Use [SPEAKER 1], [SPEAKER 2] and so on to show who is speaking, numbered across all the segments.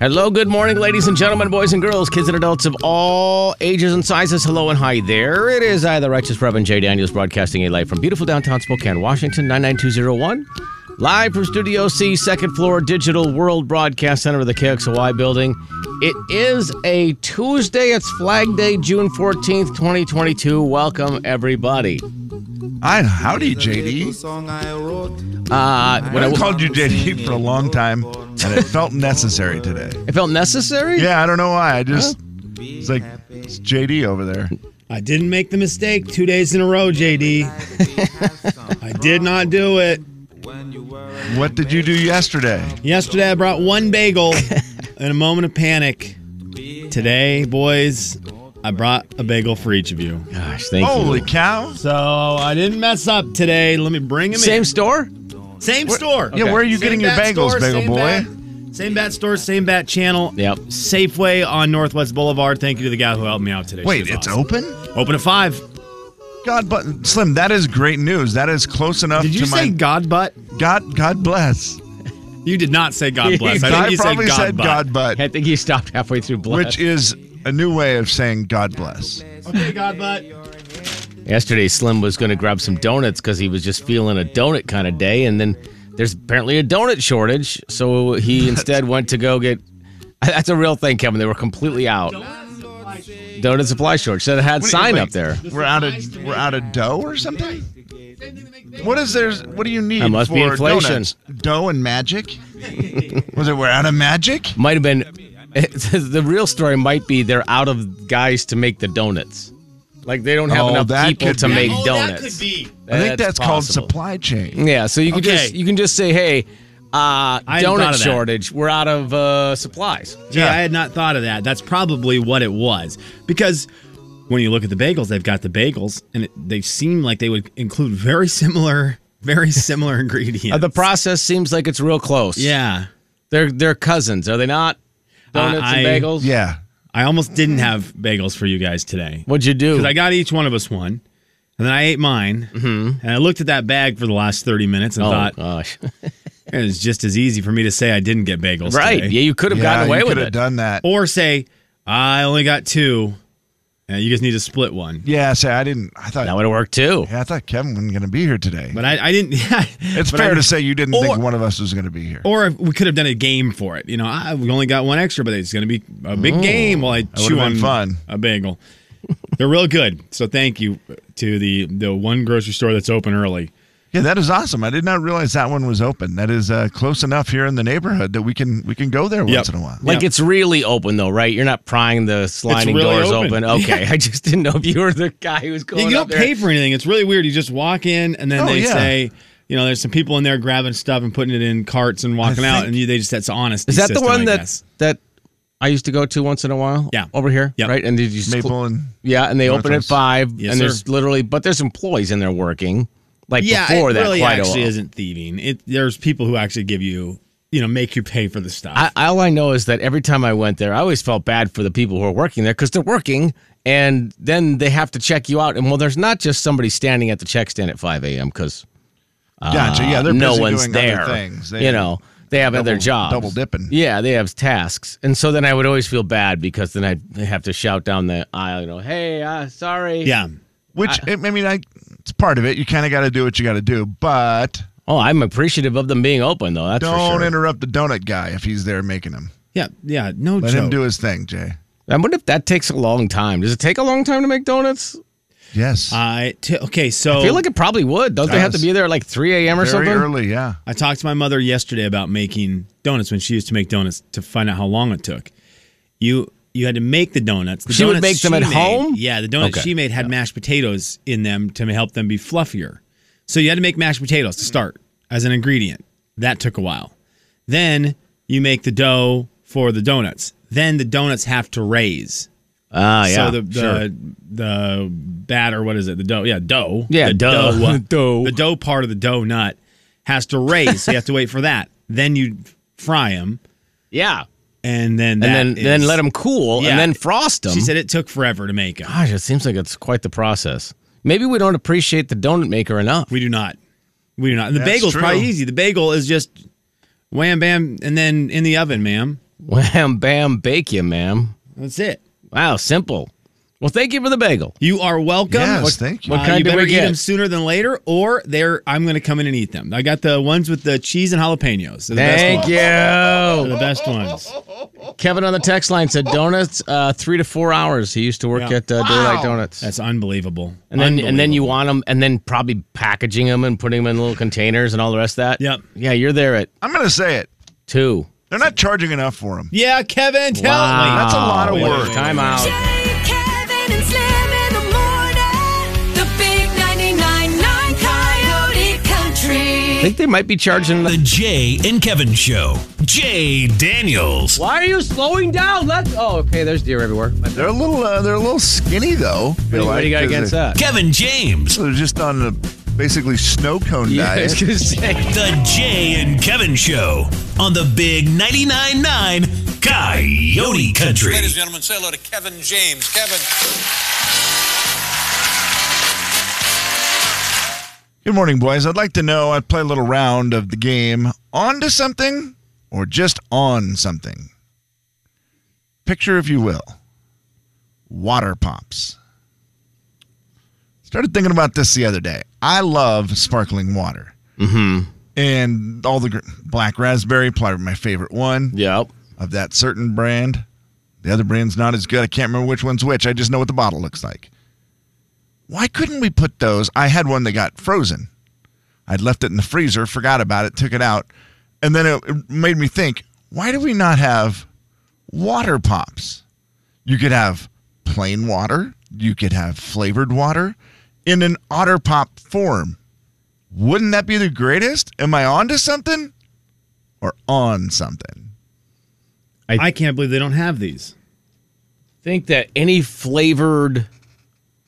[SPEAKER 1] Hello, good morning, ladies and gentlemen, boys and girls, kids and adults of all ages and sizes. Hello and hi there. It is I, the Righteous Reverend J. Daniels, broadcasting a live from beautiful downtown Spokane, Washington, 99201. Live from Studio C, second floor, Digital World Broadcast Center of the KXOY building. It is a Tuesday. It's Flag Day, June 14th, 2022. Welcome, everybody.
[SPEAKER 2] I howdy, JD.
[SPEAKER 1] Uh, when I
[SPEAKER 2] I
[SPEAKER 1] w-
[SPEAKER 2] called you JD for a long time, and it felt necessary today.
[SPEAKER 1] it felt necessary?
[SPEAKER 2] Yeah, I don't know why. I just it's like it's JD over there.
[SPEAKER 3] I didn't make the mistake two days in a row, JD. I did not do it.
[SPEAKER 2] What did you do yesterday?
[SPEAKER 3] Yesterday I brought one bagel in a moment of panic. Today, boys, I brought a bagel for each of you.
[SPEAKER 1] Gosh, thank
[SPEAKER 2] Holy
[SPEAKER 1] you.
[SPEAKER 2] cow!
[SPEAKER 3] So I didn't mess up today. Let me bring them
[SPEAKER 1] Same
[SPEAKER 3] in.
[SPEAKER 1] store?
[SPEAKER 3] Same store.
[SPEAKER 2] Yeah, where are you
[SPEAKER 3] Same
[SPEAKER 2] getting your
[SPEAKER 3] bat
[SPEAKER 2] bagels,
[SPEAKER 3] store,
[SPEAKER 2] bagel
[SPEAKER 3] same
[SPEAKER 2] boy?
[SPEAKER 3] bat- same bat store, same bat channel.
[SPEAKER 1] Yep.
[SPEAKER 3] Safeway on Northwest Boulevard. Thank you to the guy who helped me out today.
[SPEAKER 2] Wait,
[SPEAKER 3] She was
[SPEAKER 2] it's
[SPEAKER 3] awesome.
[SPEAKER 2] open?
[SPEAKER 3] Open at five.
[SPEAKER 2] God, but Slim, that is great news. That is close enough
[SPEAKER 3] Did you
[SPEAKER 2] to
[SPEAKER 3] say
[SPEAKER 2] my
[SPEAKER 3] God butt?
[SPEAKER 2] God. God bless.
[SPEAKER 3] You did not say God bless. I think
[SPEAKER 2] I
[SPEAKER 3] you said
[SPEAKER 2] probably
[SPEAKER 3] God
[SPEAKER 2] said
[SPEAKER 3] butt.
[SPEAKER 2] God butt,
[SPEAKER 1] I think he stopped halfway through blood.
[SPEAKER 2] which is a new way of saying God bless.
[SPEAKER 3] Okay, God butt.
[SPEAKER 1] Yesterday, Slim was going to grab some donuts because he was just feeling a donut kind of day, and then there's apparently a donut shortage, so he instead went to go get. That's a real thing, Kevin. They were completely out. Donut supply shortage. So it had
[SPEAKER 2] What do you
[SPEAKER 1] sign
[SPEAKER 2] think?
[SPEAKER 1] up there.
[SPEAKER 2] We're out of we're out of dough or something. What is there? What do you need?
[SPEAKER 1] That must
[SPEAKER 2] for
[SPEAKER 1] be inflation.
[SPEAKER 2] donuts? Dough and magic. was it we're out of magic?
[SPEAKER 1] Might have been. the real story might be they're out of guys to make the donuts. Like they don't have
[SPEAKER 2] Oh,
[SPEAKER 1] enough
[SPEAKER 2] that
[SPEAKER 1] people
[SPEAKER 2] could
[SPEAKER 1] to
[SPEAKER 2] be.
[SPEAKER 1] make
[SPEAKER 3] Oh,
[SPEAKER 1] donuts.
[SPEAKER 3] that could be.
[SPEAKER 2] I think that's called
[SPEAKER 1] possible.
[SPEAKER 2] supply chain.
[SPEAKER 1] Yeah, so you can
[SPEAKER 3] Okay.
[SPEAKER 1] just you can just say, hey, uh,
[SPEAKER 3] hadn't thought
[SPEAKER 1] donut
[SPEAKER 3] of that.
[SPEAKER 1] shortage. We're out of uh, supplies.
[SPEAKER 3] Gee, I had not thought of that. That's probably what it was. Because when you look at the bagels, they've got the bagels, and it, they seem like they would include very similar, very similar ingredients.
[SPEAKER 1] Uh, the process seems like it's real close.
[SPEAKER 3] yeah.
[SPEAKER 1] they're they're cousins, are they not? Donuts
[SPEAKER 3] I-
[SPEAKER 1] and bagels.
[SPEAKER 2] Yeah.
[SPEAKER 3] I almost didn't have bagels for you guys today.
[SPEAKER 1] What'd you do?
[SPEAKER 3] Because I got each one of us one, and then I ate mine, and I looked at that bag for the last 30 minutes and
[SPEAKER 1] Mm-hmm. oh
[SPEAKER 3] thought,
[SPEAKER 1] gosh.
[SPEAKER 3] it was just as easy for me to say I didn't get bagels
[SPEAKER 1] right.
[SPEAKER 3] today.
[SPEAKER 1] Yeah, you could have
[SPEAKER 2] Yeah,
[SPEAKER 1] gotten away
[SPEAKER 2] you
[SPEAKER 1] with
[SPEAKER 2] coulda
[SPEAKER 1] it.
[SPEAKER 2] done that.
[SPEAKER 3] Or say, I only got two, and you just need to split one.
[SPEAKER 2] Yeah. Say I didn't. I
[SPEAKER 1] That
[SPEAKER 2] thought.
[SPEAKER 1] would have worked too.
[SPEAKER 2] Yeah, I thought Kevin wasn't going to be here today.
[SPEAKER 3] But I, I didn't.
[SPEAKER 2] it's
[SPEAKER 3] but
[SPEAKER 2] fair
[SPEAKER 3] I-
[SPEAKER 2] to say you didn't
[SPEAKER 3] or-
[SPEAKER 2] think one of us was going to be here.
[SPEAKER 3] Or if we could have done a game for it. You know, I, we only got one extra, but it's going to be a big game while I chew
[SPEAKER 2] been
[SPEAKER 3] on
[SPEAKER 2] fun.
[SPEAKER 3] a bagel. They're real good. So thank you to the the one grocery store that's open early.
[SPEAKER 2] yeah, that is awesome. I did not realize that one was open. That is uh, close enough here in the neighborhood that we can we can go there once
[SPEAKER 3] Yep.
[SPEAKER 2] in a while.
[SPEAKER 1] Like it's really open though, right? You're not prying the sliding
[SPEAKER 3] really
[SPEAKER 1] doors
[SPEAKER 3] open.
[SPEAKER 1] open. Okay, I just didn't know if you were the guy who was going.
[SPEAKER 3] you
[SPEAKER 1] up
[SPEAKER 3] don't
[SPEAKER 1] there.
[SPEAKER 3] pay for anything. It's really weird. You just walk in and then
[SPEAKER 2] Oh,
[SPEAKER 3] they
[SPEAKER 2] yeah.
[SPEAKER 3] say, you know, there's some people in there grabbing stuff and putting it in carts and walking out,
[SPEAKER 2] think-
[SPEAKER 3] and you, they just that's honest.
[SPEAKER 1] Is that the one
[SPEAKER 3] I
[SPEAKER 1] that
[SPEAKER 3] guess.
[SPEAKER 1] that I used to go to once in a while?
[SPEAKER 3] Yeah.
[SPEAKER 1] over here.
[SPEAKER 3] Yep.
[SPEAKER 1] right. And did you just cl-
[SPEAKER 2] Maple and
[SPEAKER 1] Yeah, and they open at
[SPEAKER 2] Northwest.
[SPEAKER 1] five,
[SPEAKER 3] Yes,
[SPEAKER 1] and
[SPEAKER 3] sir.
[SPEAKER 1] there's literally, but there's employees in there working. Like
[SPEAKER 3] yeah,
[SPEAKER 1] before
[SPEAKER 3] it
[SPEAKER 1] that,
[SPEAKER 3] really
[SPEAKER 1] quite
[SPEAKER 3] actually
[SPEAKER 1] a while.
[SPEAKER 3] isn't thieving. It there's people who actually give you, you know, make you pay for the stuff.
[SPEAKER 1] I, all I know is that every time I went there, I always felt bad for the people who are working there because they're working, and then they have to check you out. And well, there's not just somebody standing at the check stand at 5 a.m. because
[SPEAKER 2] gotcha. Yeah, they're
[SPEAKER 1] Uh, no
[SPEAKER 2] busy
[SPEAKER 1] one's
[SPEAKER 2] doing
[SPEAKER 1] there.
[SPEAKER 2] other things. They-
[SPEAKER 1] you know, they have other
[SPEAKER 2] double-
[SPEAKER 1] jobs,
[SPEAKER 2] double dipping.
[SPEAKER 1] Yeah, they have tasks, and so then I would always feel bad because then I'd have to shout down the aisle, you know, "Hey, uh, sorry."
[SPEAKER 3] yeah.
[SPEAKER 2] Which I, I mean, I it's part of it. You kind of got to do what you got to do, but
[SPEAKER 1] Oh, I'm appreciative of them being open though. That's for
[SPEAKER 2] don't
[SPEAKER 1] sure.
[SPEAKER 2] interrupt the donut guy if he's there making them.
[SPEAKER 3] Yeah, yeah, no
[SPEAKER 2] Let
[SPEAKER 3] joke.
[SPEAKER 2] him do his thing, Jay.
[SPEAKER 1] I wonder if that takes a long time. Does it take a long time to make donuts?
[SPEAKER 2] Yes,
[SPEAKER 3] I t- okay, so
[SPEAKER 1] I feel like it probably would. Don't they have to
[SPEAKER 2] Does.
[SPEAKER 1] be there at like 3 a.m. or
[SPEAKER 2] Oh. very
[SPEAKER 1] something?
[SPEAKER 2] early. Yeah,
[SPEAKER 3] I talked to my mother yesterday about making donuts when she used to make donuts to find out how long it took. You You had to make the donuts. The
[SPEAKER 1] She would make
[SPEAKER 3] donuts
[SPEAKER 1] them at
[SPEAKER 3] made-
[SPEAKER 1] home?
[SPEAKER 3] Yeah, the donuts
[SPEAKER 1] Okay.
[SPEAKER 3] she made had mashed potatoes in them to help them be fluffier. So you had to make mashed potatoes to start as an ingredient. That took a while. Then you make the dough for the donuts. Then the donuts have to raise.
[SPEAKER 1] Ah, yeah.
[SPEAKER 3] So the the,
[SPEAKER 1] sure.
[SPEAKER 3] the batter, what is it? The dough. Yeah, dough.
[SPEAKER 1] Yeah,
[SPEAKER 3] the
[SPEAKER 1] dough. Dough.
[SPEAKER 3] The dough part of the dough nut has to raise. so you have to wait for that. Then you fry them,
[SPEAKER 1] yeah.
[SPEAKER 3] and then
[SPEAKER 1] And
[SPEAKER 3] that
[SPEAKER 1] then then
[SPEAKER 3] is-
[SPEAKER 1] let them cool
[SPEAKER 3] Yeah.
[SPEAKER 1] and then frost them.
[SPEAKER 3] She said it took forever to make them.
[SPEAKER 1] Gosh, it seems like it's quite the process. Maybe we don't appreciate the donut maker enough.
[SPEAKER 3] We do not. We do not. And the
[SPEAKER 2] That's
[SPEAKER 3] bagel's probably
[SPEAKER 2] true.
[SPEAKER 3] easy. The bagel is just wham bam and then in the oven, ma'am.
[SPEAKER 1] Wham, bam, bake you, ma'am.
[SPEAKER 3] That's it.
[SPEAKER 1] Wow, simple. Well, thank you for the bagel.
[SPEAKER 3] You are welcome.
[SPEAKER 2] Yes, thank you.
[SPEAKER 1] what
[SPEAKER 3] Uh,
[SPEAKER 1] kind
[SPEAKER 3] you
[SPEAKER 1] do
[SPEAKER 3] better
[SPEAKER 1] we
[SPEAKER 3] eat
[SPEAKER 1] get?
[SPEAKER 3] them sooner than later, or they're I'm going to come in and eat them. I got the ones with the cheese and jalapenos. They're the
[SPEAKER 1] Thank
[SPEAKER 3] best ones. They're
[SPEAKER 1] you.
[SPEAKER 3] the best ones.
[SPEAKER 1] Kevin on the text line said donuts uh, three to four hours. He used to work
[SPEAKER 3] Yeah.
[SPEAKER 1] at uh, Daylight Donuts.
[SPEAKER 3] That's unbelievable.
[SPEAKER 1] and then and then you
[SPEAKER 3] Unbelievable.
[SPEAKER 1] want them, and then probably packaging them and putting them in little containers and all the rest of that.
[SPEAKER 3] Yep.
[SPEAKER 1] Yeah, you're there at
[SPEAKER 2] I'm going to say it.
[SPEAKER 1] two.
[SPEAKER 2] They're not charging enough for them.
[SPEAKER 3] Yeah, Kevin, tell
[SPEAKER 1] Wow.
[SPEAKER 3] me.
[SPEAKER 2] That's a lot of
[SPEAKER 3] Wait, wait,
[SPEAKER 2] work.
[SPEAKER 3] wait, wait.
[SPEAKER 1] Time out.
[SPEAKER 4] Jay, Kevin, and Slim in the morning. The big 99.9 Coyote
[SPEAKER 1] I
[SPEAKER 4] Country.
[SPEAKER 1] think they might be charging.
[SPEAKER 5] The Jay and Kevin Show. Jay Daniels.
[SPEAKER 1] Why are you slowing down? Let oh, okay. There's deer everywhere. What
[SPEAKER 2] They're a little uh, they're a little skinny though.
[SPEAKER 1] do you- what do you got against that?
[SPEAKER 5] Kevin James.
[SPEAKER 2] So they're just on a basically snow cone
[SPEAKER 1] Yeah, I was
[SPEAKER 2] diet.
[SPEAKER 1] gonna say.
[SPEAKER 5] The Jay and Kevin Show on the Big 99.9 9 Coyote Country.
[SPEAKER 6] Ladies and gentlemen, say hello to Kevin James. Kevin.
[SPEAKER 2] Good morning, boys. I'd like to know. I'd play a little round of the game. On to something, or just on something. Picture, if you will, water pops. Started thinking about this the other day. I love sparkling water. Mm-hmm. And all the gr- black raspberry, probably my favorite one.
[SPEAKER 1] Yep.
[SPEAKER 2] of that certain brand. The other brand's not as good. I can't remember which one's which. I just know what the bottle looks like. Why couldn't we put those? I had one that got frozen. I'd left it in the freezer, forgot about it, took it out, and then it- it made me think, why do we not have water pops? You could have plain water, you could have flavored water in an otter pop form. Wouldn't that be the greatest? Am I onto something or on something?
[SPEAKER 3] I can't believe they don't have these.
[SPEAKER 1] think that any flavored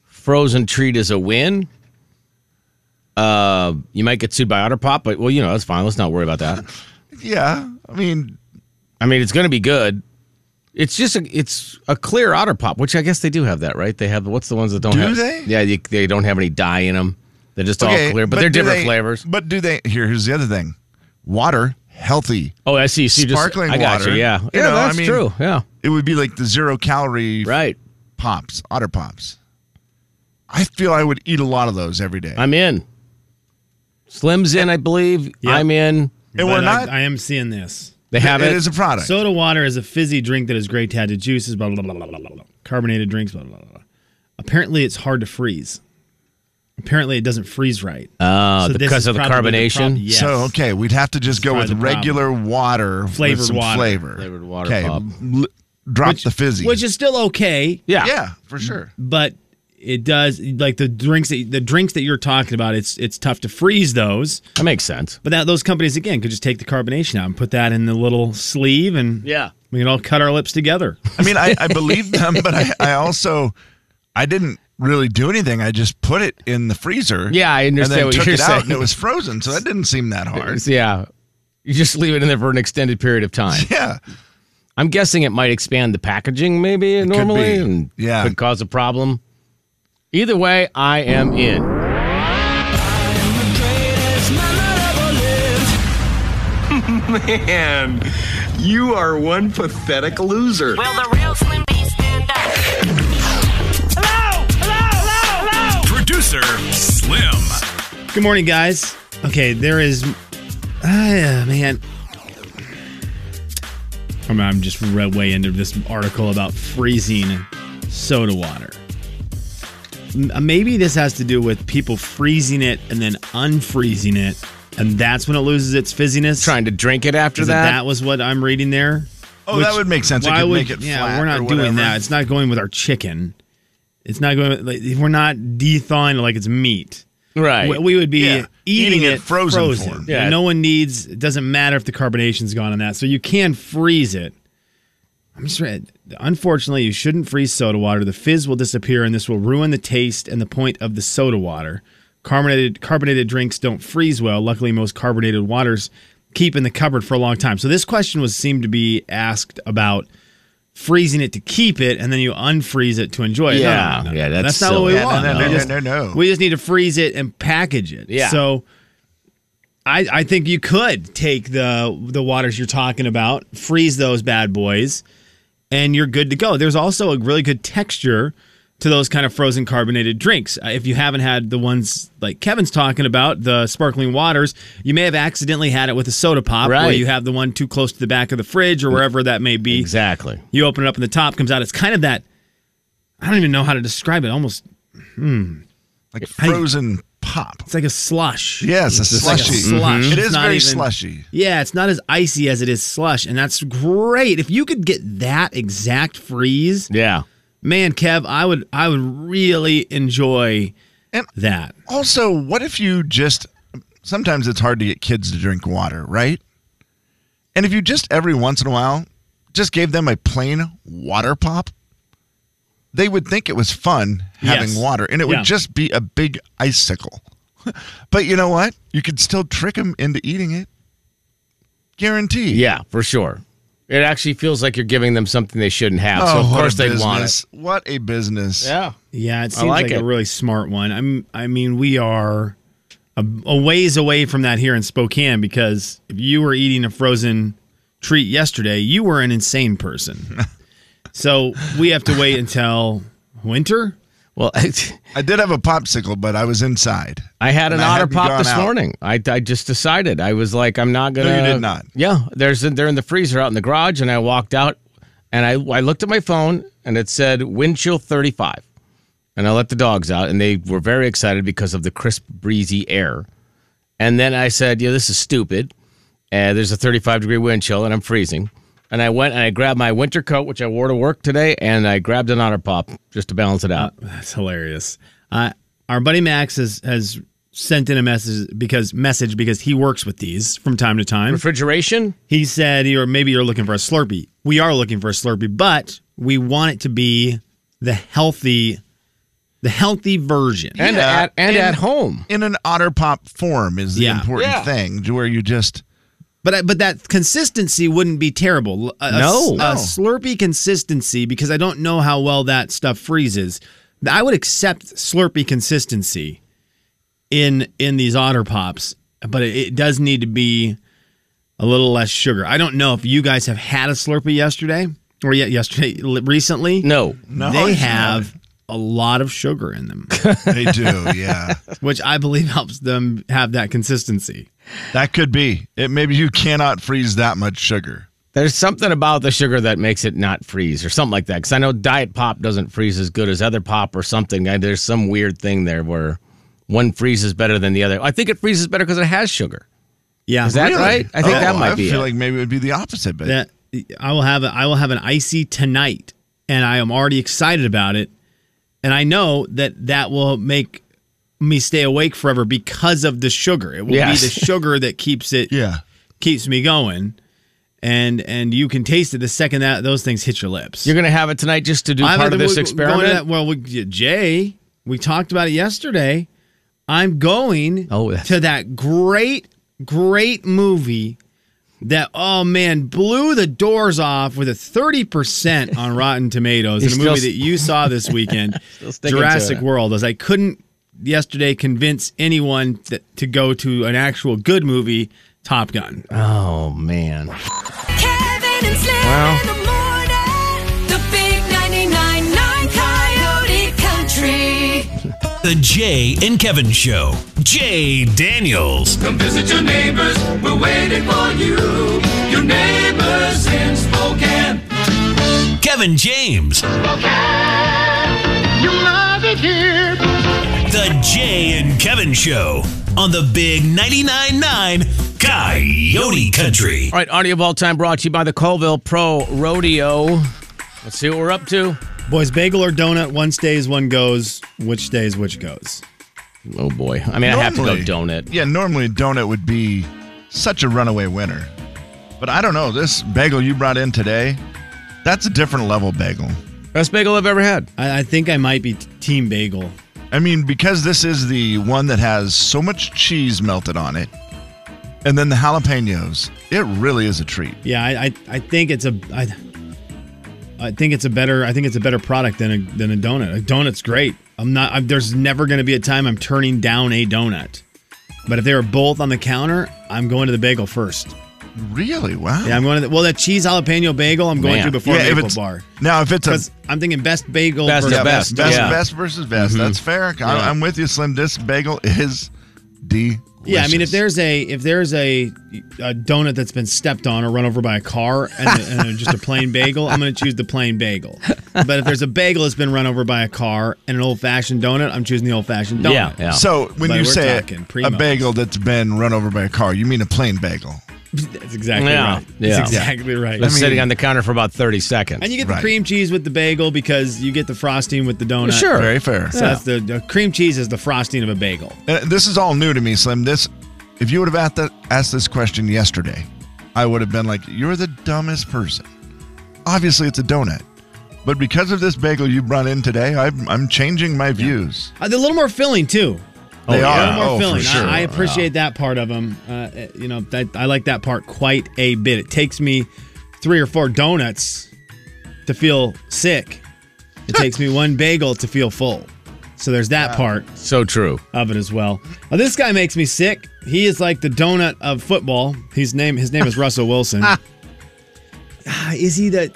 [SPEAKER 1] frozen treat is a win. Uh, you might get sued by Otter Pop, but well, you know that's fine. Let's not worry about that.
[SPEAKER 2] Yeah, I mean,
[SPEAKER 1] I mean, it's going to be good. It's just a, it's a clear Otter Pop, which I guess they do have that, right? They have what's the ones that don't
[SPEAKER 2] Do
[SPEAKER 1] have?
[SPEAKER 2] they?
[SPEAKER 1] Yeah, you, they don't have any dye in them. They're just all clear, but, they're
[SPEAKER 2] do
[SPEAKER 1] different
[SPEAKER 2] they-
[SPEAKER 1] flavors.
[SPEAKER 2] But do they? Here, here's the other thing: water, healthy.
[SPEAKER 1] Oh, I see. So you just-
[SPEAKER 2] Sparkling
[SPEAKER 1] I got
[SPEAKER 2] water.
[SPEAKER 1] you. Yeah,
[SPEAKER 2] You
[SPEAKER 1] yeah,
[SPEAKER 2] know, I
[SPEAKER 1] that's
[SPEAKER 2] mean-
[SPEAKER 1] true. Yeah,
[SPEAKER 2] It would be like the zero calorie
[SPEAKER 1] right.
[SPEAKER 2] pops, otter pops. I feel I would eat a lot of those every day.
[SPEAKER 1] I'm in. Slim's in, I believe.
[SPEAKER 3] Yeah.
[SPEAKER 1] I'm in.
[SPEAKER 2] and
[SPEAKER 3] But
[SPEAKER 2] we're
[SPEAKER 3] I-
[SPEAKER 2] not.
[SPEAKER 3] I am seeing this.
[SPEAKER 1] They have
[SPEAKER 2] it is a product.
[SPEAKER 3] Soda water is a fizzy drink that is great to add to juices, blah, blah, blah, blah, blah, blah, blah. carbonated drinks, blah, blah, blah, blah. Apparently, it's hard to freeze. Apparently, it doesn't freeze right.
[SPEAKER 1] Uh,
[SPEAKER 3] So this
[SPEAKER 1] because
[SPEAKER 3] is
[SPEAKER 1] of the
[SPEAKER 3] probably
[SPEAKER 1] carbonation.
[SPEAKER 3] problem. Yes.
[SPEAKER 2] So okay, we'd have to just go
[SPEAKER 3] That's
[SPEAKER 2] with
[SPEAKER 3] probably the
[SPEAKER 2] regular water,
[SPEAKER 3] Flavored
[SPEAKER 2] with some
[SPEAKER 3] water.
[SPEAKER 2] flavor.
[SPEAKER 1] Flavored water
[SPEAKER 2] Okay,
[SPEAKER 1] pop.
[SPEAKER 2] l- drop the fizzy.
[SPEAKER 3] Which is still okay,
[SPEAKER 1] Yeah.
[SPEAKER 2] yeah, for sure.
[SPEAKER 3] but it does like the drinks that the drinks that you're talking about. It's it's tough to freeze those,
[SPEAKER 1] That makes sense.
[SPEAKER 3] but that those companies again could just take the carbonation out and put that in the little sleeve, and
[SPEAKER 1] Yeah.
[SPEAKER 3] we can all cut our lips together.
[SPEAKER 2] I mean, I, I believe them, but I, I also, I didn't really do anything. I just put it in the freezer.
[SPEAKER 1] Yeah, I understand
[SPEAKER 2] and then
[SPEAKER 1] what
[SPEAKER 2] took
[SPEAKER 1] you're
[SPEAKER 2] it out, and
[SPEAKER 1] saying.
[SPEAKER 2] it was frozen, so that didn't seem that hard.
[SPEAKER 1] Yeah. You just leave it in there for an extended period of time.
[SPEAKER 2] Yeah,
[SPEAKER 1] I'm guessing it might expand the packaging maybe normally
[SPEAKER 2] be.
[SPEAKER 1] and
[SPEAKER 2] Yeah.
[SPEAKER 1] could cause a problem. Either way, I am in.
[SPEAKER 7] Man, you are one pathetic loser.
[SPEAKER 4] Will the real Slim B stand up? Hello! Hello! Hello! Hello!
[SPEAKER 5] Producer Slim.
[SPEAKER 3] Good morning, guys. Okay, there is. Ah, yeah, man. I'm, I'm just re- way into this article about freezing soda water. M- uh, Maybe this has to do with people freezing it and then unfreezing it, and that's when it loses its fizziness.
[SPEAKER 1] Trying to drink it after
[SPEAKER 3] Is it
[SPEAKER 1] that.
[SPEAKER 3] that was what I'm reading there.
[SPEAKER 2] Oh, that would make sense. It
[SPEAKER 3] why
[SPEAKER 2] could
[SPEAKER 3] would-
[SPEAKER 2] make it
[SPEAKER 3] yeah,
[SPEAKER 2] flat
[SPEAKER 3] we're not
[SPEAKER 2] or
[SPEAKER 3] doing
[SPEAKER 2] whatever.
[SPEAKER 3] that. It's not going with our chicken. It's not going. Like, we're not de-thawing it like it's meat.
[SPEAKER 1] Right.
[SPEAKER 3] We, we would be
[SPEAKER 1] Yeah.
[SPEAKER 3] eating,
[SPEAKER 1] Eating it
[SPEAKER 3] it
[SPEAKER 1] frozen form. Yeah.
[SPEAKER 3] No one needs. It doesn't matter if the carbonation's gone on that. So you can freeze it. I'm just read. Unfortunately, you shouldn't freeze soda water. The fizz will disappear, and this will ruin the taste and the point of the soda water. Carbonated carbonated drinks don't freeze well. Luckily, most carbonated waters keep in the cupboard for a long time. So this question was seemed to be asked about freezing it to keep it, and then you unfreeze it to enjoy it. No,
[SPEAKER 1] Yeah.
[SPEAKER 3] no, no, no.
[SPEAKER 1] Yeah, that's
[SPEAKER 3] not what
[SPEAKER 1] silly.
[SPEAKER 3] we
[SPEAKER 1] Yeah, no,
[SPEAKER 3] want.
[SPEAKER 1] no,
[SPEAKER 3] We
[SPEAKER 1] no,
[SPEAKER 3] just-
[SPEAKER 1] no, no, no.
[SPEAKER 3] We just need to freeze it and package it.
[SPEAKER 1] Yeah.
[SPEAKER 3] So. I, I think you could take the the waters you're talking about, freeze those bad boys, and you're good to go. There's also a really good texture to those kind of frozen carbonated drinks. Uh, If you haven't had the ones like Kevin's talking about, the sparkling waters, you may have accidentally had it with a soda pop, or
[SPEAKER 1] Right.
[SPEAKER 3] you have the one too close to the back of the fridge or wherever that may be.
[SPEAKER 1] Exactly.
[SPEAKER 3] You open it up and the top comes out. It's kind of that. I don't even know how to describe it. Almost hmm.
[SPEAKER 2] like
[SPEAKER 3] frozen
[SPEAKER 2] pop.
[SPEAKER 3] It's like a slush.
[SPEAKER 2] Yes, a
[SPEAKER 3] It's like
[SPEAKER 2] slushy.
[SPEAKER 3] slush.
[SPEAKER 2] Mhm. It
[SPEAKER 3] It's
[SPEAKER 2] is
[SPEAKER 3] not
[SPEAKER 2] very
[SPEAKER 3] even-
[SPEAKER 2] slushy.
[SPEAKER 3] Yeah, it's not as icy as it is slush, and that's great. If you could get that exact freeze,
[SPEAKER 1] yeah,
[SPEAKER 3] man, Kev, I would, I would really enjoy that.
[SPEAKER 2] Also, what if you just sometimes it's hard to get kids to drink water, right? And if you just every once in a while just gave them a plain water pop, they would think it was fun having
[SPEAKER 8] Yes.
[SPEAKER 2] water and it
[SPEAKER 8] Yeah.
[SPEAKER 2] would just be a big icicle. but you know what? You could still trick them into eating it. Guaranteed.
[SPEAKER 1] Yeah, for sure. It actually feels like you're giving them something they shouldn't have. so of
[SPEAKER 2] Oh, what a
[SPEAKER 1] course they want it.
[SPEAKER 2] business. What a business.
[SPEAKER 1] Yeah.
[SPEAKER 3] Yeah, it
[SPEAKER 2] I
[SPEAKER 3] seems
[SPEAKER 2] like
[SPEAKER 3] like,
[SPEAKER 2] it.
[SPEAKER 3] a really smart one. I'm, I mean, we are a, a ways away from that here in Spokane because if you were eating a frozen treat yesterday, you were an insane person. so we have to wait until winter.
[SPEAKER 1] Well,
[SPEAKER 2] I did have a popsicle, but I was inside.
[SPEAKER 1] I had an
[SPEAKER 2] And I
[SPEAKER 1] otter
[SPEAKER 2] hadn't
[SPEAKER 1] pop
[SPEAKER 2] gone
[SPEAKER 1] this
[SPEAKER 2] out.
[SPEAKER 1] morning. I, I just decided. I was like, I'm not
[SPEAKER 2] No,
[SPEAKER 1] gonna.
[SPEAKER 2] you did not.
[SPEAKER 1] Yeah, there's they're in the freezer out in the garage, and I walked out, and I I looked at my phone, and it said wind chill 35, and I let the dogs out, and they were very excited because of the crisp, breezy air, and then I said, yeah, this is stupid. Uh, there's a 35 degree wind chill, and I'm freezing. And I went and I grabbed my winter coat, which I wore to work today, and I grabbed an otter pop just to balance it out.
[SPEAKER 3] That's hilarious. Uh, our buddy Max has has sent in a message because message because he works with these from time to time.
[SPEAKER 1] Refrigeration.
[SPEAKER 3] He said, "Or maybe you're looking for a Slurpee. We are looking for a Slurpee, but we want it to be the healthy, the healthy version,
[SPEAKER 2] Yeah, in-
[SPEAKER 1] home.
[SPEAKER 2] in an otter pop form is the
[SPEAKER 3] Yeah.
[SPEAKER 2] important
[SPEAKER 3] Yeah.
[SPEAKER 2] thing to where you just
[SPEAKER 3] But I- but that consistency wouldn't be terrible. A- a-
[SPEAKER 2] No.
[SPEAKER 3] a
[SPEAKER 2] No.
[SPEAKER 3] Slurpee consistency because I don't know how well that stuff freezes. I would accept Slurpee consistency in in these otter pops, but it, it does need to be a little less sugar. I don't know if you guys have had a Slurpee yesterday or yet yesterday li- recently.
[SPEAKER 1] No,
[SPEAKER 2] No,
[SPEAKER 3] they
[SPEAKER 2] it's
[SPEAKER 3] have a lot of sugar in them.
[SPEAKER 2] they do, yeah.
[SPEAKER 3] which I believe helps them have that consistency.
[SPEAKER 2] That could be. It maybe you cannot freeze that much sugar.
[SPEAKER 1] There's something about the sugar that makes it not freeze or something like that. Because I know Diet Pop doesn't freeze as good as other pop or something. I- There's some weird thing there where one freezes better than the other. I think it freezes better because it has sugar.
[SPEAKER 3] Yeah,
[SPEAKER 1] Is that
[SPEAKER 3] Really?
[SPEAKER 1] right? I think
[SPEAKER 3] Oh,
[SPEAKER 1] that might
[SPEAKER 3] I
[SPEAKER 1] be.
[SPEAKER 3] feel
[SPEAKER 1] it.
[SPEAKER 2] Like maybe it would be the opposite, but
[SPEAKER 3] that I will have a, I will have an icy tonight, and I am already excited about it, and I know that that will make me stay awake forever because of the sugar. It will
[SPEAKER 8] Yes.
[SPEAKER 3] be the sugar that keeps it
[SPEAKER 2] yeah
[SPEAKER 3] keeps me going, and and you can taste it the second that those things hit your lips.
[SPEAKER 1] You're gonna have it tonight just to do
[SPEAKER 3] I'm-
[SPEAKER 1] part of this
[SPEAKER 3] we're going
[SPEAKER 1] experiment.
[SPEAKER 3] to that- well, we, Jay, we talked about it yesterday. I'm going
[SPEAKER 1] Oh,
[SPEAKER 3] to that great, great movie that oh man blew the doors off with a 30% on Rotten Tomatoes
[SPEAKER 1] He's
[SPEAKER 3] in a movie
[SPEAKER 1] still-
[SPEAKER 3] that you saw this weekend,
[SPEAKER 1] Still sticking to
[SPEAKER 3] Jurassic
[SPEAKER 1] it.
[SPEAKER 3] World. As I couldn't yesterday convince anyone that, to go to an actual good movie, Top Gun.
[SPEAKER 1] Oh man.
[SPEAKER 4] Kevin and Slim
[SPEAKER 3] Well.
[SPEAKER 4] in the morning. The big 99.9 Coyote Country.
[SPEAKER 5] The Jay and Kevin Show. Jay Daniels.
[SPEAKER 4] Come visit your neighbors. We're waiting for you. Your neighbors in Spokane.
[SPEAKER 5] Kevin James.
[SPEAKER 4] You love it here.
[SPEAKER 5] The Jay and Kevin Show on the Big 99.9 Coyote Country.
[SPEAKER 1] All right, audio ball time brought to you by the Colville Pro Rodeo. Let's see what we're up to.
[SPEAKER 3] Boys, bagel or donut? One stays, one goes. Which stays, which goes?
[SPEAKER 1] Oh boy! I mean, I have to go donut.
[SPEAKER 2] Yeah, normally donut would be such a runaway winner, but I don't know. This bagel you brought in today, that's a different level bagel.
[SPEAKER 1] Best bagel I've ever had.
[SPEAKER 3] I, I think I might be t- team bagel.
[SPEAKER 2] I mean, because this is the one that has so much cheese melted on it, and then the jalapenos. It really is a treat.
[SPEAKER 3] Yeah, I, I, I think it's a I, I think it's a better I think it's a better product than a than a donut. A donut's great. I'm not. I'm, there's never going to be a time I'm turning down a donut. But if they were both on the counter, I'm going to the bagel first.
[SPEAKER 2] Really? Wow.
[SPEAKER 3] Yeah, I'm going to the, well that cheese jalapeno bagel. I'm going
[SPEAKER 1] Man.
[SPEAKER 3] to before
[SPEAKER 2] Yeah, if
[SPEAKER 3] bagel
[SPEAKER 2] it's-
[SPEAKER 3] bar
[SPEAKER 2] Now, if it's a
[SPEAKER 3] because I'm thinking best bagel
[SPEAKER 1] Best
[SPEAKER 3] versus
[SPEAKER 1] of
[SPEAKER 2] best,
[SPEAKER 1] best,
[SPEAKER 2] best,
[SPEAKER 1] yeah.
[SPEAKER 2] best versus best. That's
[SPEAKER 6] Mm-hmm.
[SPEAKER 2] fair. I, I'm with you, Slim. This bagel is delicious.
[SPEAKER 3] Yeah, I mean, if there's a if there's a, a donut that's been stepped on or run over by a car and, and just a plain bagel, I'm going to choose the plain bagel. But if there's a bagel that's been run over by a car and an old fashioned donut, I'm choosing the old fashioned donut.
[SPEAKER 1] Yeah, yeah.
[SPEAKER 2] So when
[SPEAKER 3] But
[SPEAKER 2] you
[SPEAKER 3] we're
[SPEAKER 2] say
[SPEAKER 3] talking
[SPEAKER 2] a
[SPEAKER 3] primo.
[SPEAKER 2] bagel that's been run over by a car, you mean a plain bagel.
[SPEAKER 3] that's exactly
[SPEAKER 1] Yeah,
[SPEAKER 3] right.
[SPEAKER 1] yeah.
[SPEAKER 3] That's exactly right.
[SPEAKER 1] That's sitting on the counter for about thirty seconds.
[SPEAKER 3] and you get
[SPEAKER 2] Right.
[SPEAKER 3] the cream cheese with the bagel because you get the frosting with the donut.
[SPEAKER 1] Sure.
[SPEAKER 2] Very fair.
[SPEAKER 3] So that's the, the cream cheese is the frosting of a bagel.
[SPEAKER 2] Uh, this is all new to me, Slim. This, if you would have asked, that, asked this question yesterday, I would have been like, "You're the dumbest person." Obviously, it's a donut, but because of this bagel you brought in today, I'm, I'm changing my views.
[SPEAKER 3] Uh, they're a little more filling too.
[SPEAKER 2] They
[SPEAKER 1] yeah.
[SPEAKER 2] are.
[SPEAKER 3] A little more
[SPEAKER 2] oh, for
[SPEAKER 3] filling.
[SPEAKER 2] sure.
[SPEAKER 3] I, I appreciate that part of them. Uh, you know, that, I like that part quite a bit. It takes me three or four donuts to feel sick. It takes me one bagel to feel full. So there's that part
[SPEAKER 1] So true.
[SPEAKER 3] of it as well. Uh, this guy makes me sick. He is like the donut of football. His name his name is Russell Wilson. Ah, is he the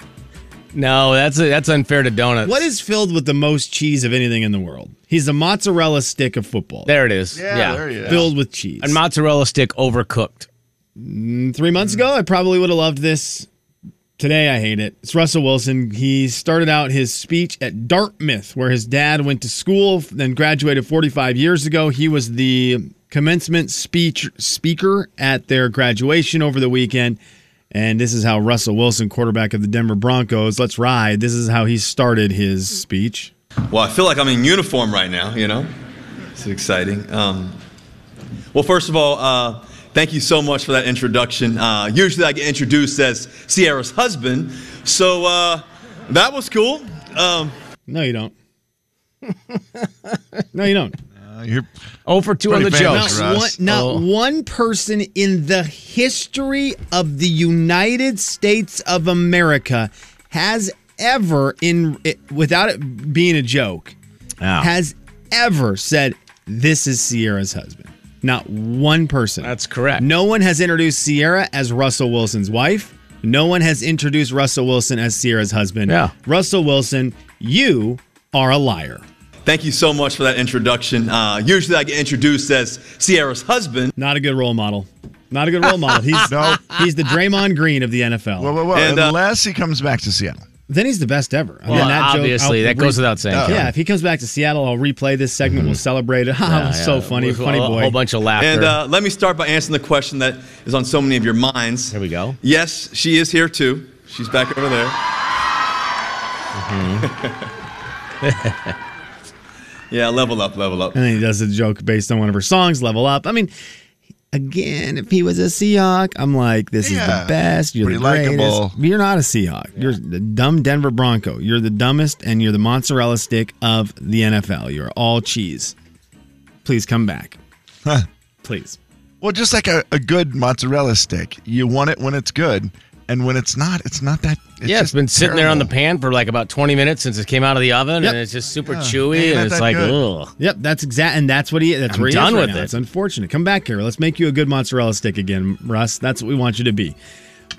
[SPEAKER 1] No, that's that's unfair to donuts.
[SPEAKER 3] what is filled with the most cheese of anything in the world? He's the mozzarella stick of football.
[SPEAKER 1] There it is.
[SPEAKER 2] Yeah, there you go.
[SPEAKER 3] Filled with cheese.
[SPEAKER 1] And mozzarella stick overcooked.
[SPEAKER 3] Three months ago, I probably would have loved this. Today, I hate it. It's Russell Wilson. He started out his speech at Dartmouth, where his dad went to school, then graduated 45 years ago. He was the commencement speech speaker at their graduation over the weekend. And this is how Russell Wilson, quarterback of the Denver Broncos, let's ride. This is how he started his speech.
[SPEAKER 6] Well, I feel like I'm in uniform right now, you know? It's exciting. Um, well, first of all, uh, thank you so much for that introduction. Uh, usually I get introduced as Sierra's husband, so uh, that was cool. Um,
[SPEAKER 3] No, you don't. no, you don't.
[SPEAKER 2] Uh, you're-
[SPEAKER 1] Oh for two on the
[SPEAKER 2] Pretty famous,
[SPEAKER 1] jokes.
[SPEAKER 2] Thanks, Russ.
[SPEAKER 3] Not, one, not
[SPEAKER 1] Oh.
[SPEAKER 3] one person in the history of the United States of America has ever, in it, without it being a joke,
[SPEAKER 1] Yeah.
[SPEAKER 3] has ever said, "This is Sierra's husband." Not one person.
[SPEAKER 1] That's correct.
[SPEAKER 3] No one has introduced Sierra as Russell Wilson's wife. No one has introduced Russell Wilson as Sierra's husband.
[SPEAKER 1] Yeah.
[SPEAKER 3] Russell Wilson, you are a liar.
[SPEAKER 6] thank you so much for that introduction. Uh, usually I get introduced as Sierra's husband,
[SPEAKER 3] Not a good role model. Not a good role model. He's
[SPEAKER 2] No.
[SPEAKER 3] he's the Draymond Green of the NFL.
[SPEAKER 2] whoa, whoa, whoa.
[SPEAKER 6] And, uh,
[SPEAKER 2] Unless he comes back to Seattle.
[SPEAKER 3] then he's the best ever. I mean,
[SPEAKER 1] Well,
[SPEAKER 3] that joke-
[SPEAKER 1] obviously,
[SPEAKER 3] I'll
[SPEAKER 1] that goes without saying.
[SPEAKER 2] Yeah.
[SPEAKER 1] Kevin. Mm-hmm.
[SPEAKER 3] Yeah, if he comes back to Seattle, I'll replay this segment. We'll celebrate it. Ha, it was so
[SPEAKER 1] Yeah,
[SPEAKER 3] funny,
[SPEAKER 1] with
[SPEAKER 3] funny
[SPEAKER 1] a,
[SPEAKER 3] boy.
[SPEAKER 1] A whole bunch of laughter.
[SPEAKER 6] and uh, let me start by answering the question that is on so many of your minds.
[SPEAKER 1] Here we go.
[SPEAKER 6] Yes, she is here too. She's back over there.
[SPEAKER 1] Mm-hmm.
[SPEAKER 6] yeah, level up, level up.
[SPEAKER 3] and then he does a joke based on one of her songs, Level Up. I mean, again, if he was a Seahawk, I'm like, this is
[SPEAKER 2] Yeah,
[SPEAKER 3] the best. You're
[SPEAKER 2] pretty
[SPEAKER 3] the greatest.
[SPEAKER 2] likable.
[SPEAKER 3] You're not a Seahawk. You're the dumb Denver Bronco. You're the dumbest, and you're the mozzarella stick of the NFL. You're all cheese. Please come back. Please.
[SPEAKER 2] Well, just like a, a good mozzarella stick, you want it when it's good, and when it's not, it's not that. It's
[SPEAKER 1] yeah, it's
[SPEAKER 2] just
[SPEAKER 1] been sitting there on the
[SPEAKER 2] terrible.
[SPEAKER 1] pan for like about 20 minutes since it came out of the oven,
[SPEAKER 3] Yep.
[SPEAKER 1] and it's just super
[SPEAKER 2] ain't
[SPEAKER 1] chewy,
[SPEAKER 2] that
[SPEAKER 1] and it's
[SPEAKER 2] that
[SPEAKER 1] like,
[SPEAKER 2] good.
[SPEAKER 1] ugh.
[SPEAKER 3] Yep, that's exact, and that's what he. That's
[SPEAKER 1] I'm
[SPEAKER 3] where he
[SPEAKER 1] done
[SPEAKER 3] is right
[SPEAKER 1] with
[SPEAKER 3] now.
[SPEAKER 1] it.
[SPEAKER 3] It's unfortunate. Come back here. Let's make you a good mozzarella stick again, Russ. That's what we want you to be.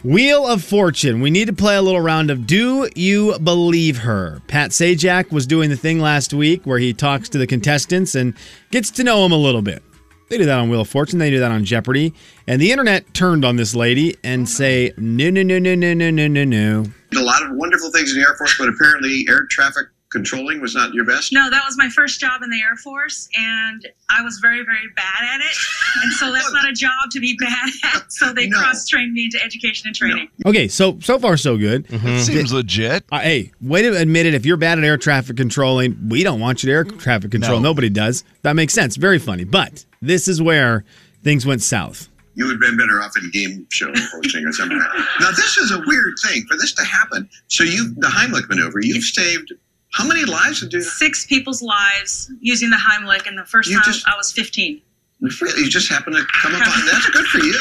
[SPEAKER 3] Wheel of Fortune. We need to play a little round of Do You Believe Her? Pat Sajak was doing the thing last week where he talks to the contestants and gets to know them a little bit. They do that on Wheel of Fortune. They do that on Jeopardy. And the internet turned on this lady and say, no, no, no, no, no, no, no, no, no.
[SPEAKER 8] did a lot of wonderful things in the Air Force, but apparently air traffic controlling was not your best?
[SPEAKER 9] No, that was my first job in the Air Force, and I was very, very bad at it. And so that's not a job to be bad at. So they cross trained me into education and training.
[SPEAKER 3] Okay, so so far so good.
[SPEAKER 1] Mm-hmm.
[SPEAKER 3] Uh,
[SPEAKER 2] That seems legit.
[SPEAKER 3] hey, way to admit it. If you're bad at air traffic controlling, we don't want you to air traffic control.
[SPEAKER 8] No.
[SPEAKER 3] Nobody does. That makes sense. Very funny. But this is where things went south.
[SPEAKER 8] You would have been better off in game show coaching or something. now, this is a weird thing for this to happen. So, you the Heimlich maneuver, you've saved how many lives did you?
[SPEAKER 9] Six people's lives using the Heimlich, and the first
[SPEAKER 8] You
[SPEAKER 9] time
[SPEAKER 8] just-
[SPEAKER 9] I was 15.
[SPEAKER 8] You just happen to come upon that's good for you.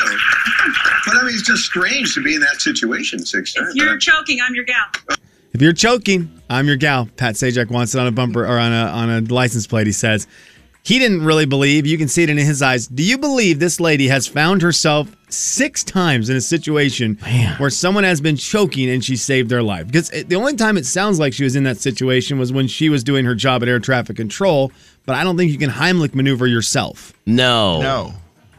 [SPEAKER 8] But I mean, it's just strange to be in that situation six times.
[SPEAKER 9] You're choking. I'm your gal.
[SPEAKER 3] If you're choking, I'm your gal. Pat Sajak wants it on a bumper or on a on a license plate. He says he didn't really believe. You can see it in his eyes. Do you believe this lady has found herself six times in a situation where someone has been choking and she saved their life? Because it, the only time it sounds like she was in that situation was when she was doing her job at air traffic control. But I don't think you can Heimlich maneuver yourself.
[SPEAKER 1] No.
[SPEAKER 3] No.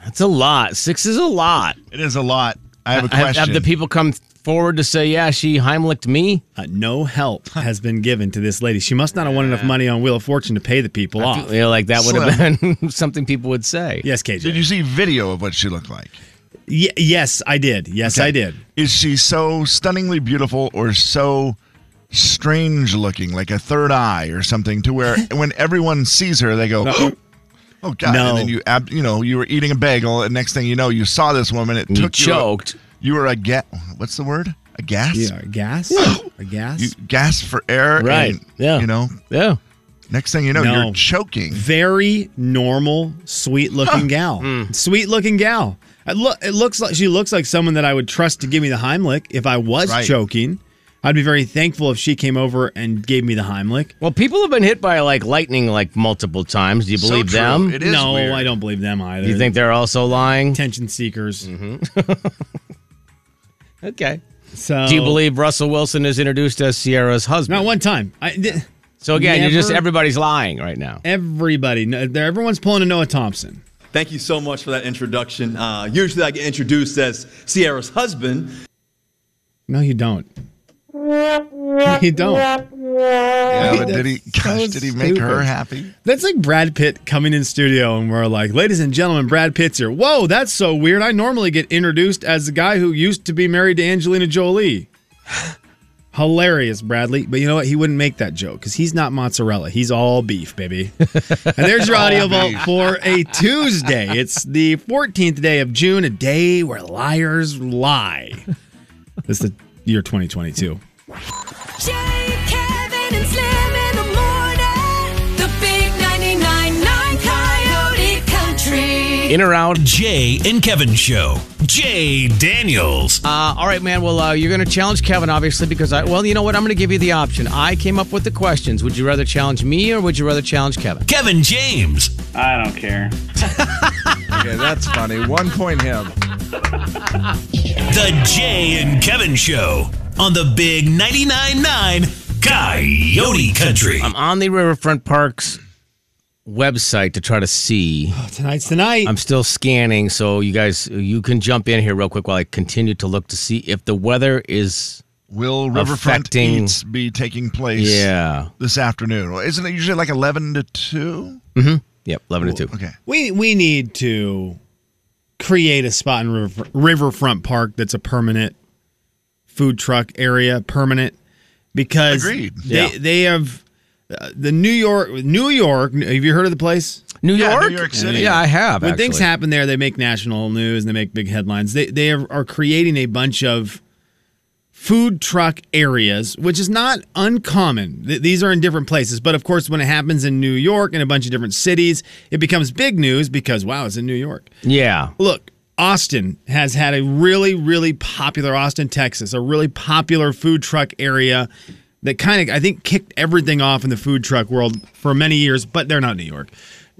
[SPEAKER 1] That's a lot. Six is a lot.
[SPEAKER 2] It is a lot. I have a
[SPEAKER 1] Have,
[SPEAKER 2] question.
[SPEAKER 1] the people come forward to say, yeah, she Heimliched me?
[SPEAKER 3] Uh, no help has been given to this lady. She must not have won enough money on Wheel of Fortune to pay the people off.
[SPEAKER 1] You know, like that would have been something people would say.
[SPEAKER 3] Yes, KJ.
[SPEAKER 2] Did you see video of what she looked like?
[SPEAKER 3] Y- yes, I did. Yes, I did.
[SPEAKER 2] Is she so stunningly beautiful or so strange looking, like a third eye or something, to where when everyone sees her, they go, "Oh God!"
[SPEAKER 3] No.
[SPEAKER 2] And then you, ab- you know, you were eating a bagel, and next thing you know, you saw this woman. It
[SPEAKER 3] And you
[SPEAKER 2] took
[SPEAKER 3] choked.
[SPEAKER 2] You, were a ga- What's the word? A gas.
[SPEAKER 3] Yeah, gas. a gas.
[SPEAKER 2] You gas for air.
[SPEAKER 3] Right.
[SPEAKER 2] and,
[SPEAKER 3] Yeah.
[SPEAKER 2] You know.
[SPEAKER 1] Yeah.
[SPEAKER 2] Next thing you know,
[SPEAKER 3] No.
[SPEAKER 2] you're choking.
[SPEAKER 3] Very normal, sweet looking gal.
[SPEAKER 1] Hmm.
[SPEAKER 3] Sweet looking gal. It, look, it looks like she looks like someone that I would trust to give me the Heimlich if I was
[SPEAKER 1] Right.
[SPEAKER 3] choking. I'd be very thankful if she came over and gave me the Heimlich.
[SPEAKER 1] Well, people have been hit by like lightning like multiple times. Do you believe them?
[SPEAKER 3] no, I don't believe them either.
[SPEAKER 1] You think Mm-hmm. they're also lying?
[SPEAKER 3] Attention seekers.
[SPEAKER 1] okay.
[SPEAKER 3] So
[SPEAKER 1] Do you believe Russell Wilson is introduced as Sierra's husband?
[SPEAKER 3] Not one time. I, th-
[SPEAKER 1] So again, you're just
[SPEAKER 3] Never-
[SPEAKER 1] everybody's lying right now.
[SPEAKER 3] Everybody, no, they're- everyone's pulling a Noah Thompson.
[SPEAKER 6] Thank you so much for that introduction. Uh, usually I get introduced as Sierra's husband.
[SPEAKER 3] No, you don't.
[SPEAKER 4] You
[SPEAKER 3] don't.
[SPEAKER 4] Yeah,
[SPEAKER 2] but did he- gosh, did he make her happy?
[SPEAKER 3] That's like Brad Pitt coming in studio and we're like, ladies and gentlemen, Brad Pitt's here. Whoa, that's so weird. I normally get introduced as the guy who used to be married to Angelina Jolie. Hilarious, Bradley. But you know what? He wouldn't make that joke because he's not mozzarella. He's all beef, baby. and there's your audio
[SPEAKER 4] All
[SPEAKER 3] vault
[SPEAKER 4] beef.
[SPEAKER 3] for a Tuesday. It's the 14th day of June, a day where liars lie. This is the year 2022.
[SPEAKER 4] Jay, Kevin, and Slim in the morning. The big 99.9 Coyote Country.
[SPEAKER 1] In or out?
[SPEAKER 5] Jay and Kevin Show. Jay Daniels.
[SPEAKER 1] Uh, all right, man. Well, uh, you're going to challenge Kevin, obviously, because I. Well, you know what? I'm going to give you the option. I came up with the questions. Would you rather challenge me or would you rather challenge Kevin?
[SPEAKER 5] Kevin James.
[SPEAKER 2] I don't care. okay, that's funny. One point him.
[SPEAKER 5] The Jay and Kevin Show on the Big 99.9 Coyote Country.
[SPEAKER 1] I'm on the Riverfront Parks website to try to see.
[SPEAKER 3] Oh, tonight's the night.
[SPEAKER 1] I'm still scanning, so you guys, you can jump in here real quick while I continue to look to see if the weather is
[SPEAKER 2] Will Riverfront
[SPEAKER 1] affecting.
[SPEAKER 2] Eats be taking place
[SPEAKER 1] Yeah.
[SPEAKER 2] this afternoon? Well, Isn't it usually like 11 to 2?
[SPEAKER 1] Mm-hmm. Yep, eleven to two.
[SPEAKER 2] Okay.
[SPEAKER 3] We we need to create a spot in river, Riverfront Park that's a permanent food truck area, permanent because
[SPEAKER 2] Agreed.
[SPEAKER 3] they
[SPEAKER 2] Yeah.
[SPEAKER 3] they have uh, the New York New York. Have you heard of the place?
[SPEAKER 1] New Yeah, York? New York City. Yeah, I have,
[SPEAKER 3] When things
[SPEAKER 1] actually.
[SPEAKER 3] happen there, they make national news and they make big headlines. They they are are creating a bunch of food truck areas, which is not uncommon. Th- these are in different places. But of course, when it happens in New York and a bunch of different cities, it becomes big news because, wow, it's in New York.
[SPEAKER 1] Yeah.
[SPEAKER 3] Look, Austin has had a really, really popular, Austin, Texas, a really popular food truck area that kind of, I think, kicked everything off in the food truck world for many years, but they're not New York.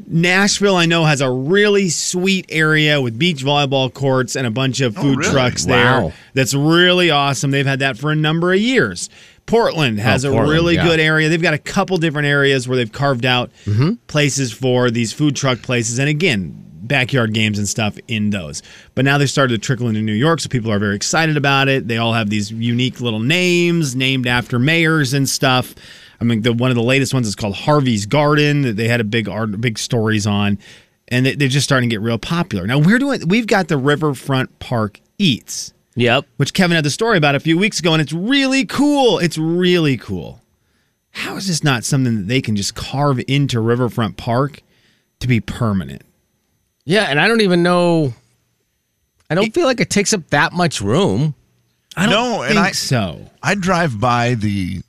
[SPEAKER 3] Nashville, I know, has a really sweet area with beach volleyball courts and a bunch of food
[SPEAKER 2] Oh, really?
[SPEAKER 3] trucks there.
[SPEAKER 2] Wow.
[SPEAKER 3] That's really awesome. They've had that for a number of years. Portland has a
[SPEAKER 2] Oh, Portland,
[SPEAKER 3] really
[SPEAKER 2] yeah.
[SPEAKER 3] good area. They've got a couple different areas where they've carved out
[SPEAKER 2] Mm-hmm.
[SPEAKER 3] places for these food truck places. And again, backyard games and stuff in those. But now they started to trickle into New York, so people are very excited about it. They all have these unique little names named after mayors and stuff. I mean, the one of the latest ones is called Harvey's Garden. that They had a big art, big stories on, and they, they're just starting to get real popular. Now we're doing we've got the Riverfront Park Eats.
[SPEAKER 1] Yep.
[SPEAKER 3] Which Kevin had the story about a few weeks ago, and it's really cool. It's really cool. How is this not something that they can just carve into Riverfront Park to be permanent?
[SPEAKER 1] Yeah, and I don't even know. I don't feel like it takes up that much room.
[SPEAKER 3] I don't
[SPEAKER 2] no, and
[SPEAKER 3] think
[SPEAKER 2] I,
[SPEAKER 3] so.
[SPEAKER 2] I drive by the,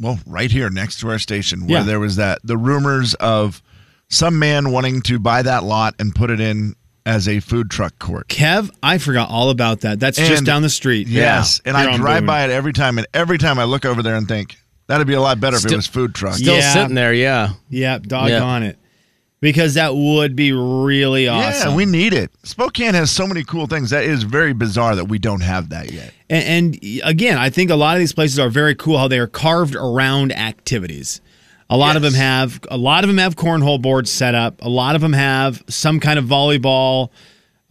[SPEAKER 2] well, right here next to our station where
[SPEAKER 3] Yeah.
[SPEAKER 2] there was that, the rumors of some man wanting to buy that lot and put it in as a food truck court.
[SPEAKER 3] Kev, I forgot all about that. That's just
[SPEAKER 2] And-
[SPEAKER 3] down the street.
[SPEAKER 2] Yes.
[SPEAKER 3] Yeah.
[SPEAKER 2] And
[SPEAKER 3] Here
[SPEAKER 2] I
[SPEAKER 3] on
[SPEAKER 2] drive
[SPEAKER 3] Boone.
[SPEAKER 2] by it every time. And every time I look over there and think, that'd be a lot better if
[SPEAKER 3] Still-
[SPEAKER 2] it was food truck.
[SPEAKER 3] still Yeah. sitting
[SPEAKER 1] there. Yeah.
[SPEAKER 3] Yep, doggone it. Because that would be really awesome.
[SPEAKER 2] Yeah, we need it. Spokane has so many cool things. That is very bizarre that we don't have that yet.
[SPEAKER 3] And, and again, I think a lot of these places are very cool how they are carved around activities. A lot of them have a lot of them have cornhole boards set up. A lot of them have some kind of volleyball.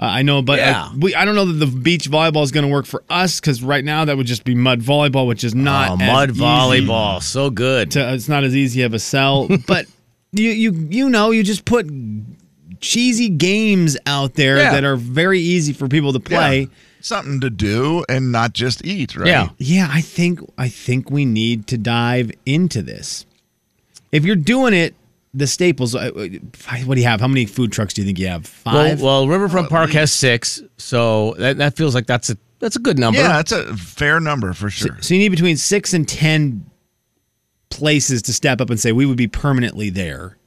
[SPEAKER 3] Uh, I know, but uh,
[SPEAKER 1] Yeah.
[SPEAKER 3] we I don't know that the beach volleyball is going to work for us because right now that would just be mud volleyball, which is not
[SPEAKER 1] Oh,
[SPEAKER 3] as
[SPEAKER 1] mud
[SPEAKER 3] easy
[SPEAKER 1] volleyball, so good.
[SPEAKER 3] to- uh, it's not as easy of a sell, but you you you know you just put cheesy games out there
[SPEAKER 2] Yeah.
[SPEAKER 3] that are very easy for people to play.
[SPEAKER 2] Yeah. Something to do and not just eat, right?
[SPEAKER 3] Yeah. Yeah, I think I think we need to dive into this. If you're doing it, the staples. uh, uh, What do you have? How many food trucks do you think you have? Five.
[SPEAKER 1] Well, well Riverfront Park has six, so that, that feels like that's a that's a good number.
[SPEAKER 2] Yeah, that's a fair number for sure.
[SPEAKER 3] so you need between six and ten places to step up and say we would be permanently there.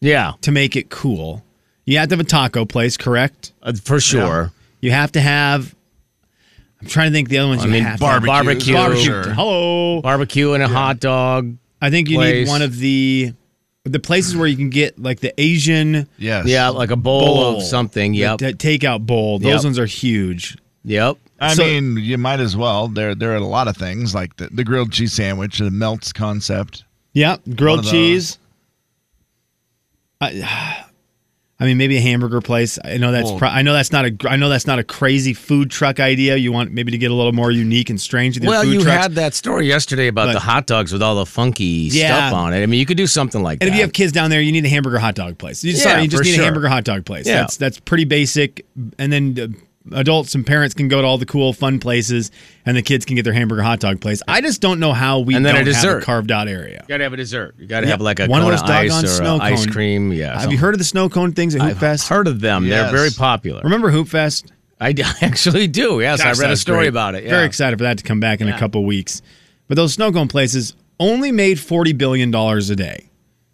[SPEAKER 1] Yeah.
[SPEAKER 3] To make it cool, you have to have a taco place, correct?
[SPEAKER 1] Uh, for sure.
[SPEAKER 3] You have to have. I'm trying to think the other ones.
[SPEAKER 1] I
[SPEAKER 3] you
[SPEAKER 1] mean,
[SPEAKER 3] have to have.
[SPEAKER 1] barbecue, barbecue,
[SPEAKER 3] Hello.
[SPEAKER 1] barbecue, and a hot dog.
[SPEAKER 3] I think you need
[SPEAKER 1] place.
[SPEAKER 3] one of the the places where you can get like the Asian
[SPEAKER 2] Yes.
[SPEAKER 1] Yeah, like a bowl, of something.
[SPEAKER 3] the-
[SPEAKER 1] Yep.
[SPEAKER 3] the takeout bowl. Those
[SPEAKER 1] Yep.
[SPEAKER 3] ones are huge.
[SPEAKER 1] Yep.
[SPEAKER 2] I
[SPEAKER 3] So-
[SPEAKER 2] mean, you might as well. There, there are a lot of things like the, the grilled cheese sandwich, the melts concept.
[SPEAKER 3] Yep, grilled
[SPEAKER 2] of those.
[SPEAKER 3] cheese. I, I mean, maybe a hamburger place. I know that's
[SPEAKER 2] Well-
[SPEAKER 3] pro- I know that's not a gr- I know that's not a crazy food truck idea. You want maybe to get a little more unique and strange with your
[SPEAKER 1] Well,
[SPEAKER 3] food
[SPEAKER 1] you
[SPEAKER 3] trucks.
[SPEAKER 1] had that story yesterday about
[SPEAKER 3] But-
[SPEAKER 1] the hot dogs with all the funky
[SPEAKER 3] Yeah.
[SPEAKER 1] stuff on it. I mean, you could do something like
[SPEAKER 3] and
[SPEAKER 1] that.
[SPEAKER 3] if you have kids down there, you need a hamburger hot dog place. You,
[SPEAKER 1] Yeah,
[SPEAKER 3] sorry, you just
[SPEAKER 1] for
[SPEAKER 3] need
[SPEAKER 1] sure.
[SPEAKER 3] a hamburger hot dog place.
[SPEAKER 1] Yeah.
[SPEAKER 3] That's that's pretty basic. And then uh, adults and parents can go to all the cool, fun places, and the kids can get their hamburger hot dog place. I just don't know how we
[SPEAKER 1] And then a
[SPEAKER 3] don't have a
[SPEAKER 1] dessert.
[SPEAKER 3] carved out area.
[SPEAKER 1] You gotta have a dessert. You gotta
[SPEAKER 3] Yeah,
[SPEAKER 1] have like a
[SPEAKER 3] one of
[SPEAKER 1] cone
[SPEAKER 3] those
[SPEAKER 1] ice
[SPEAKER 3] doggone
[SPEAKER 1] or a
[SPEAKER 3] snow
[SPEAKER 1] ice
[SPEAKER 3] cone.
[SPEAKER 1] cream. Yeah.
[SPEAKER 3] Have you heard of the snow cone things at Hoop Fest?
[SPEAKER 1] Heard of them? They're very popular.
[SPEAKER 3] Remember Hoop Fest?
[SPEAKER 1] I d- actually do. Yes,
[SPEAKER 3] Gosh,
[SPEAKER 1] I read
[SPEAKER 3] that
[SPEAKER 1] a
[SPEAKER 3] was
[SPEAKER 1] story
[SPEAKER 3] great.
[SPEAKER 1] about it. Yeah.
[SPEAKER 3] Very excited for that to come back in
[SPEAKER 1] Yeah.
[SPEAKER 3] a couple weeks. But those snow cone places only made forty billion dollars a day.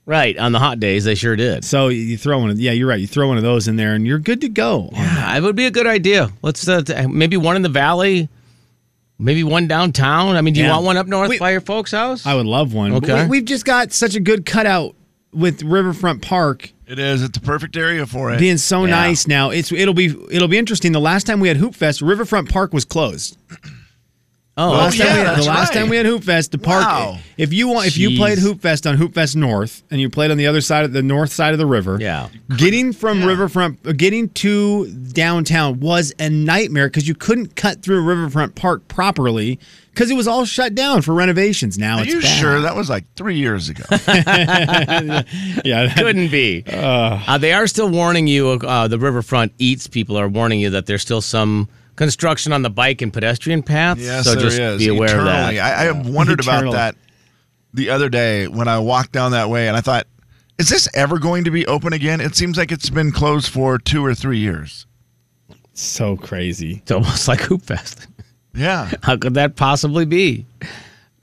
[SPEAKER 1] Right on the hot days, they sure did.
[SPEAKER 3] So you throw one. of- Yeah, you're right. You throw one of those in there, and you're good to go.
[SPEAKER 1] Yeah, it would be a good idea. Let's uh, t- maybe one in the valley, maybe one downtown. I mean, do you
[SPEAKER 3] Yeah.
[SPEAKER 1] want one up north
[SPEAKER 3] Wait.
[SPEAKER 1] by your folks' house?
[SPEAKER 3] I would love one.
[SPEAKER 1] Okay.
[SPEAKER 3] But We, have just got such a good cutout with Riverfront Park
[SPEAKER 2] It is. It's the perfect area for it.
[SPEAKER 3] being so
[SPEAKER 2] Yeah.
[SPEAKER 3] nice now. It's it'll be it'll be interesting. The last time we had Hoop Fest, Riverfront Park was closed.
[SPEAKER 1] Oh,
[SPEAKER 3] the last,
[SPEAKER 1] okay.
[SPEAKER 3] time, we
[SPEAKER 1] Yeah,
[SPEAKER 3] had, the
[SPEAKER 1] that's
[SPEAKER 3] last
[SPEAKER 1] right.
[SPEAKER 3] time we had Hoop Fest, the park.
[SPEAKER 1] Wow.
[SPEAKER 3] If you want, if you
[SPEAKER 1] Jeez.
[SPEAKER 3] played Hoop Fest on Hoop Fest North, and you played on the other side of the north side of the river,
[SPEAKER 1] yeah,
[SPEAKER 3] getting from Riverfront, uh, getting to downtown was a nightmare because you couldn't cut through Riverfront Park properly because it was all shut down for renovations. Now
[SPEAKER 2] Are
[SPEAKER 3] it's
[SPEAKER 2] you
[SPEAKER 3] back.
[SPEAKER 2] sure? That was like three years ago.
[SPEAKER 3] yeah, that-
[SPEAKER 1] couldn't be. Uh, they are still warning you. Uh, the riverfront eats people are warning you that there's still some construction on the bike and pedestrian paths.
[SPEAKER 2] Yes,
[SPEAKER 1] so
[SPEAKER 2] there
[SPEAKER 1] just
[SPEAKER 2] is.
[SPEAKER 1] be aware of
[SPEAKER 2] Eternally.
[SPEAKER 1] that.
[SPEAKER 2] I, I have wondered
[SPEAKER 3] Eternally.
[SPEAKER 2] about that the other day when I walked down that way, and I thought, is this ever going to be open again? It seems like it's been closed for two or three years.
[SPEAKER 3] so crazy.
[SPEAKER 1] It's almost like Hoop Fest.
[SPEAKER 2] Yeah.
[SPEAKER 1] How could that possibly be?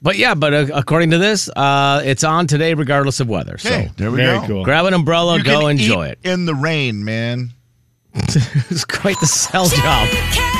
[SPEAKER 1] But yeah, but uh, according to this, uh, it's on today regardless of weather.
[SPEAKER 2] Okay,
[SPEAKER 1] So
[SPEAKER 2] there we
[SPEAKER 3] Very
[SPEAKER 2] go.
[SPEAKER 3] cool.
[SPEAKER 1] grab an umbrella,
[SPEAKER 2] You
[SPEAKER 1] go
[SPEAKER 2] can
[SPEAKER 1] enjoy
[SPEAKER 2] eat in the rain, man.
[SPEAKER 1] it. it's quite the sell job.
[SPEAKER 4] Kevin